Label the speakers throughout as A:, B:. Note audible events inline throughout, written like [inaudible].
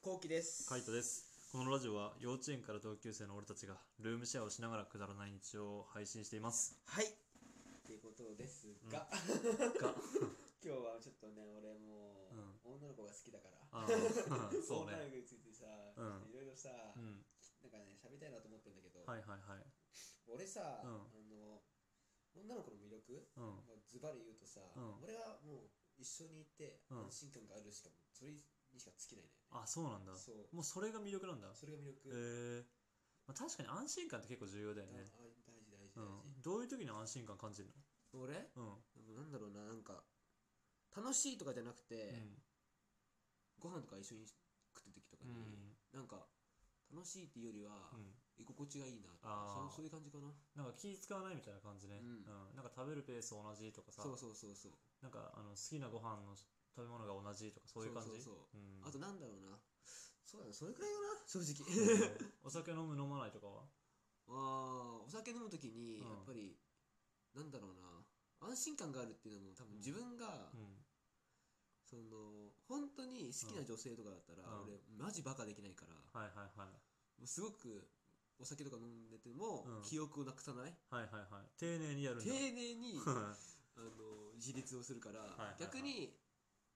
A: こうきです。
B: カイトです。このラジオは幼稚園から同級生の俺たちがルームシェアをしながらくだらない日常を配信してい
A: [laughs]
B: ます。
A: はい。っていうことですが、
B: が、
A: [laughs] 今日はちょっとね、俺も
B: うん
A: う女の子が好きだから、
B: あーそう
A: 女の
B: ね。
A: 子についてさ、ちょ
B: う
A: っ
B: ん
A: といろいろさ、
B: うん。
A: なんかね、喋りたいなと思ってんだけど、
B: はいはいはい。
A: 俺さ、
B: うん
A: あの、女の子の魅力、
B: うん。
A: もうズバリ言うとさ、
B: うん
A: 俺はもう一緒にいて
B: うん
A: 安心感があるしかも、それにしか尽きないのよね。
B: あ、そうなんだ。
A: そう。
B: もうそれが魅力なんだ。
A: それが魅
B: え
A: 力。
B: ー。まあ、確かに安心感って結構重要だよ
A: だ
B: ね。
A: あ大事大事
B: う
A: 大事。
B: ん。どういう時に安心感感じる
A: 俺
B: のうん。
A: でもなんだろうな、なんか、楽しいとかじゃなくて、ご飯とか一緒に食った時とか
B: う
A: に、
B: ん。
A: なんか楽しいっていうよりは、
B: うん。
A: 居心地がいいなと
B: あ
A: か
B: ー
A: そうそういう感じかな
B: なんか気使わないみたいな感じね。
A: う
B: うんん。なんか食べるペース同じとかさ、
A: そうそうそうそう
B: なんかあの好きなご飯の食べ物が同じとかそういう感じ
A: そうそう
B: うん
A: あとなんだろうなそうだねそれくらいかな正
B: [laughs]
A: 直 [laughs]
B: お酒飲む飲まないとかは
A: あーお酒飲む時に
B: うん
A: やっぱり、なんだろうな安心感があるっていうのも多
B: う
A: 分
B: ん
A: 自分が、
B: うん
A: その本当に好きな女性とかだったら、
B: うん
A: 俺マジバカできないから、
B: はいはいはい
A: もうすごくお酒とか飲んでても、
B: うん
A: 記憶をなくさない
B: はいはいはい丁寧にやるんだ
A: 丁寧に
B: は
A: あの自立をするから、
B: いはいはい
A: 逆に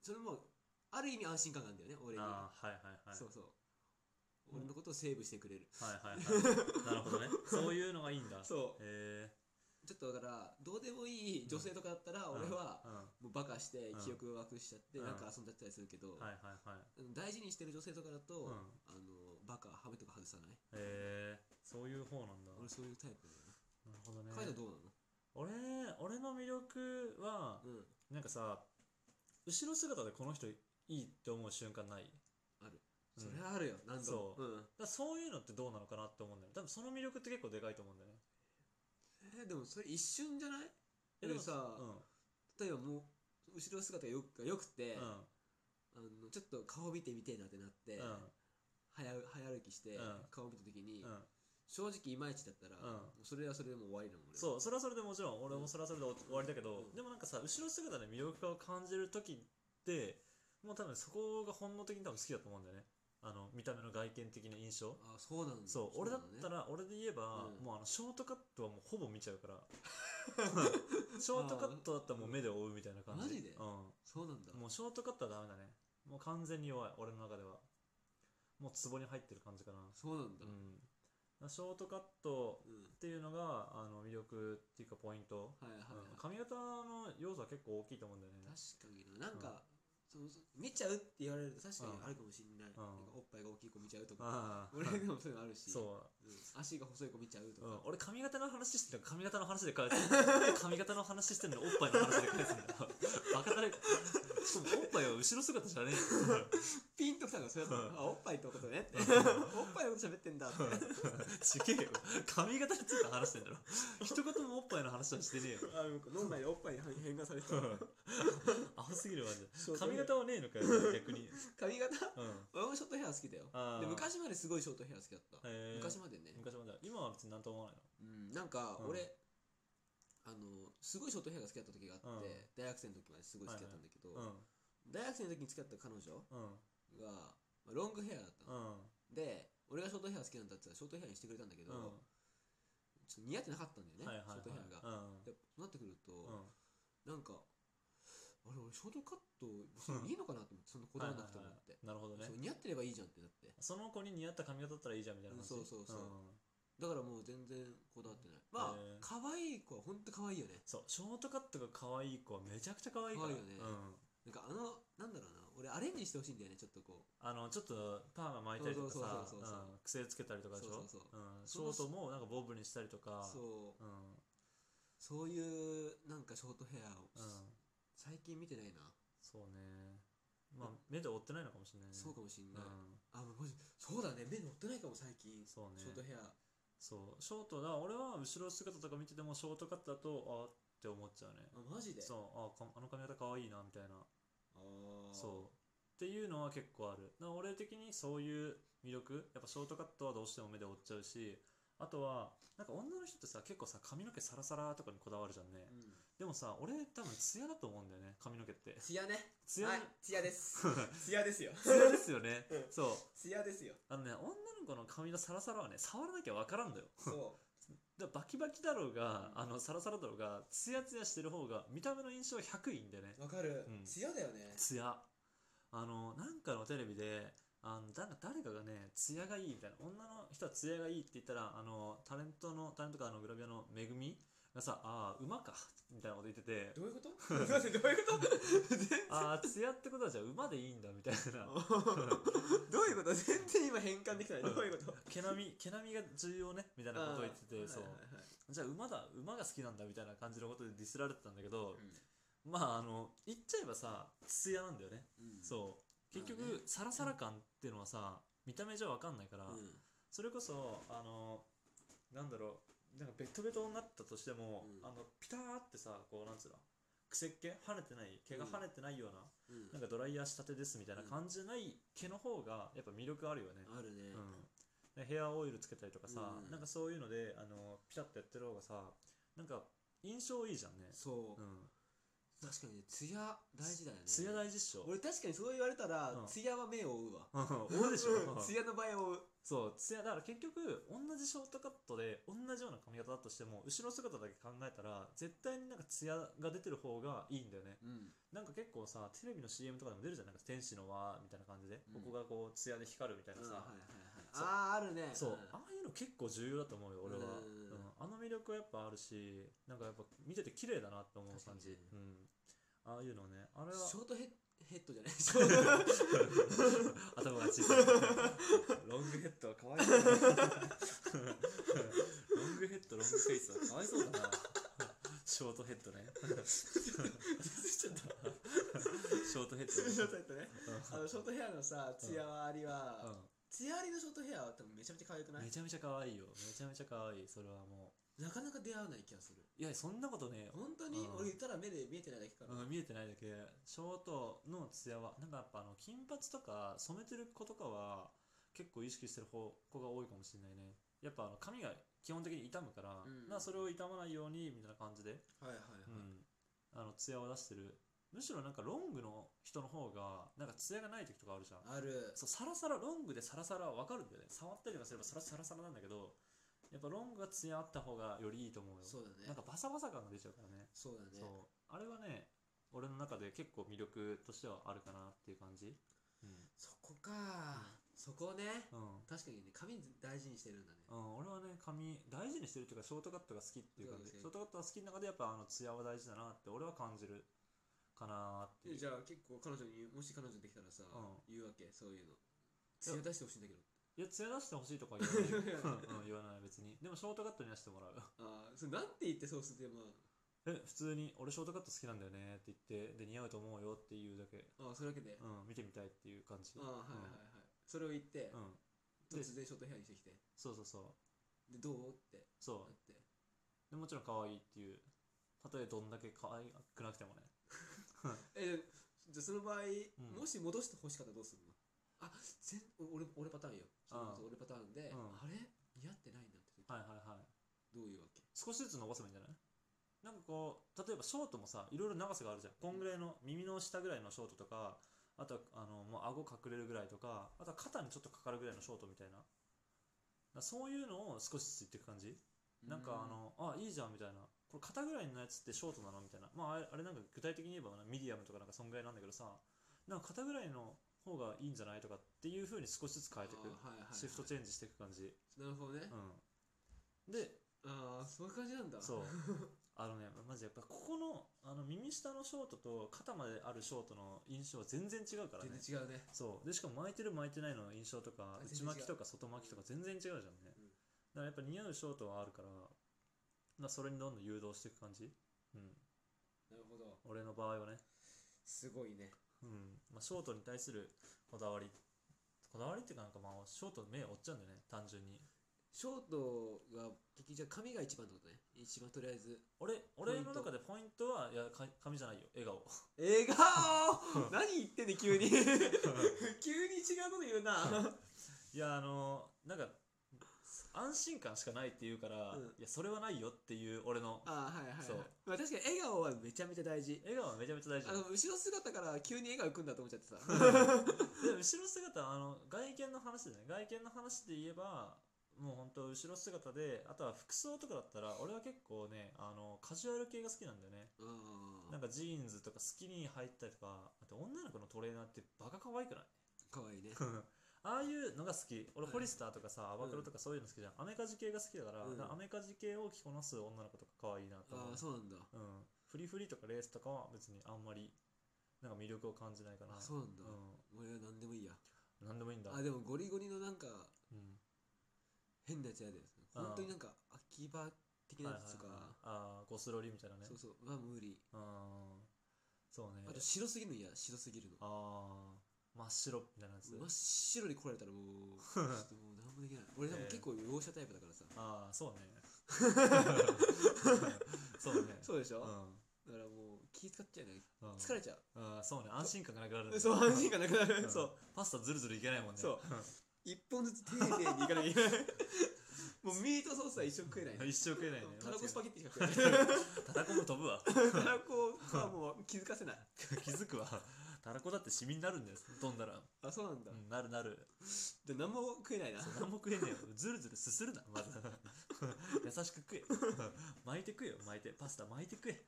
A: それもある意味安心感があるんだよね俺に、
B: い [laughs] あーはいはいはい
A: そうそう、
B: うん
A: 俺のことをセーブしてくれる
B: はいは
A: [laughs]
B: いはいなるほどねそういうのがいいんだへ
A: そ
B: え
A: うちょっとだからどうでもいい女性とかだったら
B: うん
A: 俺は
B: うんは
A: もうバカして
B: うん
A: 記憶をなくしちゃって
B: うん
A: なんか遊んじゃったりするけど、
B: いはいはい
A: 大事にしてる女性とかだと、
B: うん
A: あのバカハメとか外さない
B: へえそういう方なんだ
A: 俺そういうタイプだよ
B: なるほどね
A: な、カイトどう
B: 俺俺の魅力は
A: なのうん
B: なんかさ後ろ姿でこの人いいって思う瞬間ないうん
A: それはあるよ、何度も、
B: そう
A: ん
B: だからそういうのってどうなのかなって思うんだよね多分その魅力って結構でかいと思うんだよね
A: えーでもそれ一瞬じゃない
B: え
A: でもさ、
B: うん
A: 例えばもう後ろ姿がよくがよくて、
B: うん
A: あのちょっと顔見てみてえなってなって、
B: うん
A: 早早歩きして、
B: うん
A: 顔見た時に、
B: うん
A: 正直いまいちだったら、
B: ん
A: もうそれはそれでもう終わりだもん俺
B: そうそれはそれでもちろん俺もそれはそれで終わりだけど、
A: うん
B: でもなんかさ後ろ姿で魅力を感じる時ってもう多分そこが本能的に多分好きだと思うんだよねあの見た目の外見的な印象
A: あそうなんだ
B: そう俺だった
A: ら
B: ら俺で言えば、
A: うん
B: もうあのショートカットはもうほぼ見ちゃうから
A: [laughs]
B: ショートカットだったらもう目で追うみたいな感じ
A: マジで
B: う
A: そうなんだ
B: ん、もうショートカットはダメだねもう完全に弱い俺の中ではもう壺に入ってる感じかな
A: そうなんだ
B: うん、ショートカット
A: うん、
B: っていうのがあの魅力っていうかポイント、
A: はいはいはい、
B: うん髪型の要素は結構大きいと思うんだよね
A: 確かにななんか、そうそう見ちゃうって言われると確かに
B: うん
A: あるかもしれない、
B: ん
A: なんかおっぱいが大きい子見ちゃうとか、
B: ああ
A: 俺でもそういうのあるし
B: そ
A: うん足が細い子見ちゃうと
B: う、
A: か、
B: うん、俺髪型の話してるのに髪型の話で返すんだ髪型の話してるのにおっぱいの話で返すんだバカだれしかもおっぱいは後ろ姿じゃね
A: ピンときたのがそれだったの、
B: うん
A: あおっぱいってことねって [laughs] おっぱいのこと喋ってんだって
B: えよちげえよ髪型について話してんだろ一言もおっぱいの話はして
A: [laughs]
B: ねえよ
A: あなんか脳内でおっぱいに変換されてた
B: アホすぎるわじ
A: ショートヘ
B: 髪
A: ア
B: 型はねえのかよ逆に
A: 髪型
B: うん
A: 俺もショートヘア好きだよ
B: あー
A: で昔まですごいショートヘア好きだった、
B: へえ
A: 昔までね、
B: 昔まで今は別になんとも思わない
A: うん、なんか
B: うん
A: 俺、あのすごいショートヘアが好きだった時があって、
B: うん
A: 大学生の時まですごい好きだったんだけど、
B: の
A: 大学生の時に付き合った彼女が、
B: うん
A: まあ、ロングヘアだったの、
B: うん
A: で俺がショートヘア好きなんだって言ったらショートヘアにしてくれたんだけど、
B: うんうん
A: ちょっと似合ってなかったんだよね、
B: はいはい
A: ショートヘアが、
B: はい
A: でそうなってくると、
B: うん
A: なん
B: うん
A: かあれ俺ショートカット別にいいのかなと思ってそんなこだわらなくてもって、
B: なるほどね
A: そう似合ってればいいじゃんってなって
B: その子に似合った髪型だったらいいじゃんみたいな話
A: うんそうそうそうんだからもう全然こだわってないまあ
B: へー
A: 可愛い子はほんと可愛いよね
B: そうショートカットが可愛い子はめちゃくちゃ可愛いか
A: 可
B: ら
A: 愛いよねなん
B: うん
A: かあのなんだろうな俺アレンジしてほしいんだよねちょっとこ
B: あのちょっとパーマ巻いたりとかさ
A: そうそうそうそうそう
B: うん癖つけたりとかでしょ
A: そうそうそ
B: うんショートもなんかボブにしたりと
A: う
B: か
A: そう
B: うん
A: そういうなんかショートヘアを、
B: うん
A: 最近見てないな、
B: そうねまあ目で追ってないのかもしれないね
A: そうかもしん
B: う
A: ない、
B: ん
A: あもうもしそうだね目乗ってないかも最近シ
B: そうね
A: ョートヘア
B: そうショートだ俺は後ろ姿とか見ててもショートカットだとあーって思っちゃうね
A: あマジで
B: そうあーかあの髪型可愛いなみたいな
A: あー
B: そうっていうのは結構あるな俺的にそういう魅力やっぱショートカットはどうしても目で追っちゃうしあとはなんか女の人ってさ結構さ髪の毛サラサラとかにこだわるじゃんね、
A: うん
B: でもさ俺多分ツヤだと思うんだよね髪の毛って
A: ツヤね [laughs]
B: ツヤ、 [laughs]
A: はいツヤですツヤですよ
B: ツヤですよね
A: うん
B: そう
A: ツヤですよ
B: あのね女の子の髪のサラサラはね触らなきゃ分からんだよ
A: そ
B: だからバキバキだろうが、
A: うん
B: あのサラサラだろうがツヤツヤしてる方が見た目の印象100いいんでね
A: うわかる
B: うん
A: ツヤだよね
B: ツヤあのなんかのテレビであのだ誰かがねツヤがいいみたいな女の人はツヤがいいって言ったらあのタレントのタレントかあのグラビアのめぐみがさああ馬かみたいなこと言ってて
A: どう
B: [laughs]
A: いうこと待ってどういうこと [laughs]
B: ああツヤってことはじゃあ馬でいいんだみたいな
A: どういうこと全然今変換できないどういうこと
B: 毛並み毛並みが重要ねみたいなことを言ってて
A: あー
B: そう
A: はいはいはい
B: じゃあ馬だ馬が好きなんだみたいな感じのことでディスられてたんだけ
A: う
B: ど、まああの言っちゃえばさツヤなんだよね、
A: ん
B: そう結局、
A: まあね
B: サラサラ感っていうのはさ見た目じゃ分かんないから、
A: うん
B: それこそあのなんだろうなんかベトベトになったとしても、
A: うん
B: あのピターってさこうなんつうの癖っ気跳ねてない毛が跳ねてないような、
A: うん
B: なんかドライヤーしたてですみたいな感じじゃない毛の方がやっぱ魅力あるよね、
A: あるね
B: うん、でヘアオイルつけたりとかさ、
A: うん
B: なんかそういうのであのピタッとやってる方がさなんか印象いいじゃんね、
A: そう
B: うん、
A: 確かにねツヤ大事だよね
B: ツヤ大事っしょ [laughs]
A: 俺確かにそう言われたら
B: うん
A: ツヤは目を追うわ
B: うん俺でしょ
A: うんツヤの場合を追う
B: そうツヤだから結局同じショートカットで同じような髪型だとしても後ろ姿だけ考えたら絶対になんかツヤが出てる方がいいんだよね
A: うん
B: なんか結構さテレビの CM とかでも出るじゃんなんか天使の輪みたいな感じで、
A: うん
B: ここがこうツヤで光るみたいな
A: うんはい
B: さ、
A: はいはいああーあるね
B: そう、
A: ん
B: ああいうの結構重要だと思うよ俺は、
A: うん
B: うんあの魅力はやっぱあるしなんかやっぱ見てて綺麗だなって思う感じ、
A: 確
B: うん、ああいうのねあれは
A: ショートヘッヘッドじゃ
B: [laughs]
A: ないショート
B: 頭が小さいロングヘッドはかわいそうだなロングヘッドロングフェイスはかわいそうだなショートヘッドねショートヘッ
A: ショー
B: ド
A: トヘッ
B: ね
A: ドねあ
B: うん
A: のショートヘアのさツヤあり
B: う
A: は
B: ん
A: ツヤありのショートヘアは多分めちゃめちゃ可愛くない
B: めちゃめちゃ可愛いよめちゃめちゃ可愛いそれはも
A: なかなか出会わない気がする
B: ういやそんなことね
A: 本当に
B: うん
A: 俺言ったら目で見えてないだけかな
B: うん、見えてないだけショートのツヤはなんかやっぱあの金髪とか染めてる子とかは結構意識してる子子が多いかもしれないねやっぱあの髪が基本的に傷むから、
A: うん
B: なんかそれを傷まないようにみたいな感じで、
A: はいはい
B: うん、あのツヤを出してるむしろなんかロングの人の方がなんかツヤがない時とかあるじゃん
A: はいある
B: そうサラサラロングでサラサラは分かるんだよね触ったりとかすればサラサラサラなんだけどやっぱロングがツヤあった方がよりいいと思うよ
A: そうだね
B: なんかバサバサ感が出ちゃうからね
A: そうだね
B: そうあれはね俺の中で結構魅力としてはあるかなっていう感じうん、
A: そこかそこね
B: うん
A: 確かにね髪大事にしてるんだね
B: うん俺はね髪大事にしてるっていうかショートカットが好きっていう感じ
A: そうですね
B: ショートカットが好きの中でやっぱあのツヤは大事だなって俺は感じるかなっていう
A: じゃあ結構彼女にもし彼女できたらさ
B: う
A: 言うわけそういうのツヤ出してほしいんだけど、
B: いやツヤ出してほしいとか言わないよ
A: [laughs]
B: うん、言わない別にでもショートカットにはしてもらう
A: ああそれなんて言ってそうするでも
B: え普通に俺ショートカット好きなんだよねって言ってで似合うと思うよっていうだけ、
A: ああそれだけで
B: うん、見てみたいっていう感じ
A: ああはいはいはいそれを言って
B: うん、うんで
A: 突然ショートヘアにしてきて
B: そうそうそう
A: でどうって
B: そう
A: なって
B: でもちろん可愛いっていうたとえどんだけ可愛くなくてもね
A: えじゃあその場合
B: ん
A: もし戻してほしかったらどうするのあ全俺俺パターンよその
B: ああ
A: 俺パターンで
B: うん
A: あれ似合ってないんだって時
B: はいはいはい
A: どういうわけ
B: 少しずつ伸ばせばいいんじゃないなんかこう例えばショートもさいろいろ長さがあるじゃんこんぐらいの耳の下ぐらいのショートとかあとはあのもう顎隠れるぐらいとかあとは肩にちょっとかかるぐらいのショートみたいなだからそういうのを少しずついっていく感じなんかあのあいいじゃんみたいなこれ肩ぐらいのやつってショートなのみたいなまああれあれなんか具体的に言えばミディアムとかなんかそんぐらいなんだけどさなんか肩ぐらいの方がいいんじゃないとかっていう風に少しずつ変えていく
A: ああはいはいはい
B: シフトチェンジしていく感じ、
A: なるほどね [laughs]
B: うん、で
A: ああそういう感じなんだ
B: そうあのねマジやっぱここのあの耳下のショートと肩まであるショートの印象は全然違うからね
A: 全然違うね
B: そうでしかも巻いてる巻いてないの印象とか
A: 全然違
B: 内
A: う
B: 巻きとか外巻きとか全然違うじゃんね、
A: うん
B: だからやっぱ似合うショートはあるからまあそれにどんどん誘導していく感じうん
A: なるほど
B: 俺の場合はね
A: すごいね
B: うんまあショートに対するこだわりこだわりっていうかなんかまあショートの目を追っちゃうんだよね単純に
A: ショートが結局じゃあ髪が一番ってことね一番とりあえず
B: 俺俺
A: ポイ
B: の
A: ント
B: 中でポイントはいやか髪じゃないよ笑顔 [laughs]
A: 笑顔何言ってんねん急に急に違うこと言うな
B: いやあのなんか安心感しかないっていうから、
A: うん
B: いやそれはないよっていう俺の
A: あーはいはい、はい
B: そう
A: まあ、確かに笑顔はめちゃめちゃ大事
B: 笑顔はめちゃめちゃ大事
A: あ
B: だ [laughs]
A: の後ろ姿から急に笑顔いくんだと思っちゃってさ
B: でも後ろ姿はあの外見の話だね外見の話で言えばもう本当後ろ姿であとは服装とかだったら俺は結構ねあのカジュアル系が好きなんだよね
A: うん
B: なんかジーンズとかスキニー入ったりとかあと女の子のトレーナーってバカ可
A: [laughs]
B: 愛くない
A: かわいいね
B: ああいうのが好き俺
A: うん
B: ホリスターとかさアバクロとかそういうの好きじゃんアメカジ系が好きだから
A: うん
B: なんかアメカジ系を着こなす女の子とか可愛いなと思
A: あ
B: う
A: あそうなんだ
B: うんフリフリとかレースとかは別にあんまりなんか魅力を感じないかな
A: あそうなんだ
B: う
A: 俺は何でもいいや
B: んなんでもいいんだ
A: あでもゴリゴリのなんか
B: うん
A: 変なやつやで
B: あー
A: 本当になんか秋葉的なやつとか
B: はいはいはいあーゴスロリみたいなね
A: そうそうは無理
B: うんそうね
A: あと白すぎるの嫌白すぎるの
B: あー真っ白みたいなやつ
A: 真っ白に来られたらもうちょっともう何もで
B: [laughs]
A: きない俺多分
B: えー
A: 結構容赦タイプだからさ
B: ああそ
A: [laughs]
B: うねそうね
A: そうでし
B: う
A: ょ
B: ん
A: だからもう気使っちゃうね
B: うん
A: 疲れちゃ
B: あーそうね安心感がなくなるね
A: うそう安心感なくな
B: う
A: る
B: ん
A: そう
B: パスタずるずるいけないもんね
A: そう一本ずつ丁寧にいかなき
B: [laughs]
A: ゃいけないもうミートソースは一生食えないね
B: 一生食えないね
A: タラコスパ
B: ゲ
A: ゲッティしか食え
B: [laughs]
A: ない
B: タラコも飛ぶわ [laughs]
A: タラコはもう気づかせない
B: 気づくわ [laughs] タラコだってシミになるんだよ飛んだら、
A: あそうなんだ
B: うん、なるなる
A: じゃあ何も食えないな
B: そう何も食えねえよずるずるすするなまず優しく食え巻いて食えよ巻いてパスタ巻いて食え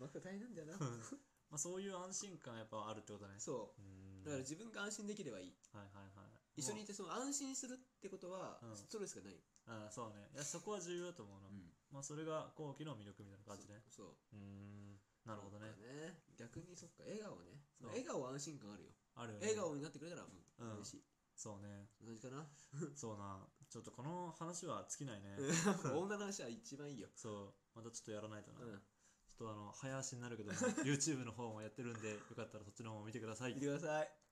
A: マク大変なんだよな
B: うんまあそういう安心感やっぱあるってことね
A: そううんだから自分が安心できればいい
B: はいはいはい
A: 一緒に
B: も
A: いうてその安心するってことは
B: うん
A: ストレスがない
B: ああそうねいやそこは重要だと思うの、まあそれが後期の魅力みたいな感じね
A: そう
B: うーんなるほどね
A: そうだね逆にそっか笑顔ね
B: そう
A: 笑顔は安心感あるよ
B: あるよね
A: 笑顔になってくれたらうん
B: うん
A: 嬉しい
B: そうね
A: 同じかな
B: そうなちょっとこの話は尽きないね [laughs]
A: 女の話は一番いいよ
B: そうまたちょっとやらないとな、
A: うん
B: ちょっとあの早足になるけども YouTube の方もやってるんでよかったらそっちの方も見てください
A: 見てください